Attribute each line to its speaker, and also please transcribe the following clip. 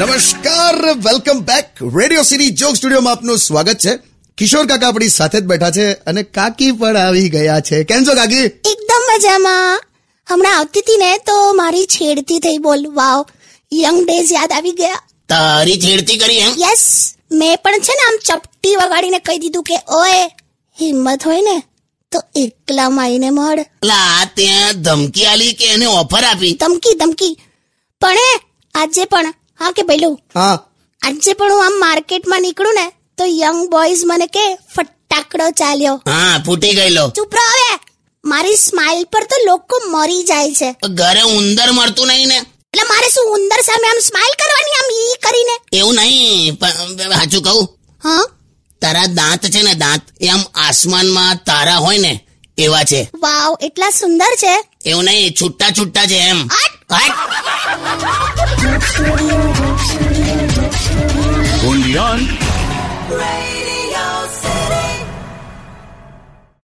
Speaker 1: નમસ્કાર welcome back Radio City joke સ્ટુડિયોમાં આપનું સ્વાગત છે કિશોર કાકા આપણી સાથે જ બેઠા છે અને કાકી પણ આવી ગયા છે કેમ છો કાકી
Speaker 2: એકદમ મજામાં હમણાં આવતી હતી ને તો મારી છેડતી થઈ બોલ વાવ યંગ ડેઝ યાદ આવી ગયા
Speaker 3: તારી છેડતી કરી એમ
Speaker 2: યસ મેં પણ છે ને આમ ચપટી વગાડીને કહી દીધું કે ઓય હિંમત હોય ને તો એકલા માઈને મળ
Speaker 3: લા ત્યાં ધમકી આલી કે એને ઓફર આપી
Speaker 2: ધમકી ધમકી પણ હે આજે પણ હા કે પેલું
Speaker 1: હા
Speaker 2: આજે પણ હું આમ માર્કેટમાં નીકળું ને તો યંગ બોયઝ મને કે ફટાકડો ચાલ્યો
Speaker 3: હા ફૂટી ગયેલો
Speaker 2: ચૂપ રહો હવે મારી સ્માઇલ પર તો લોકો મરી જાય છે
Speaker 3: ઘરે ઉંદર મળતું નહીં ને
Speaker 2: એટલે મારે શું ઉંદર સામે આમ સ્માઇલ કરવાની આમ ઈ કરીને
Speaker 3: એવું નહીં પણ સાચું કહું
Speaker 2: હા
Speaker 3: તારા દાંત છે ને દાંત એ આમ આસમાનમાં તારા હોય ને એવા છે
Speaker 2: વાવ એટલા સુંદર છે
Speaker 3: એવું નહીં છૂટા છૂટા છે એમ હટ!
Speaker 4: Undian.
Speaker 2: Radio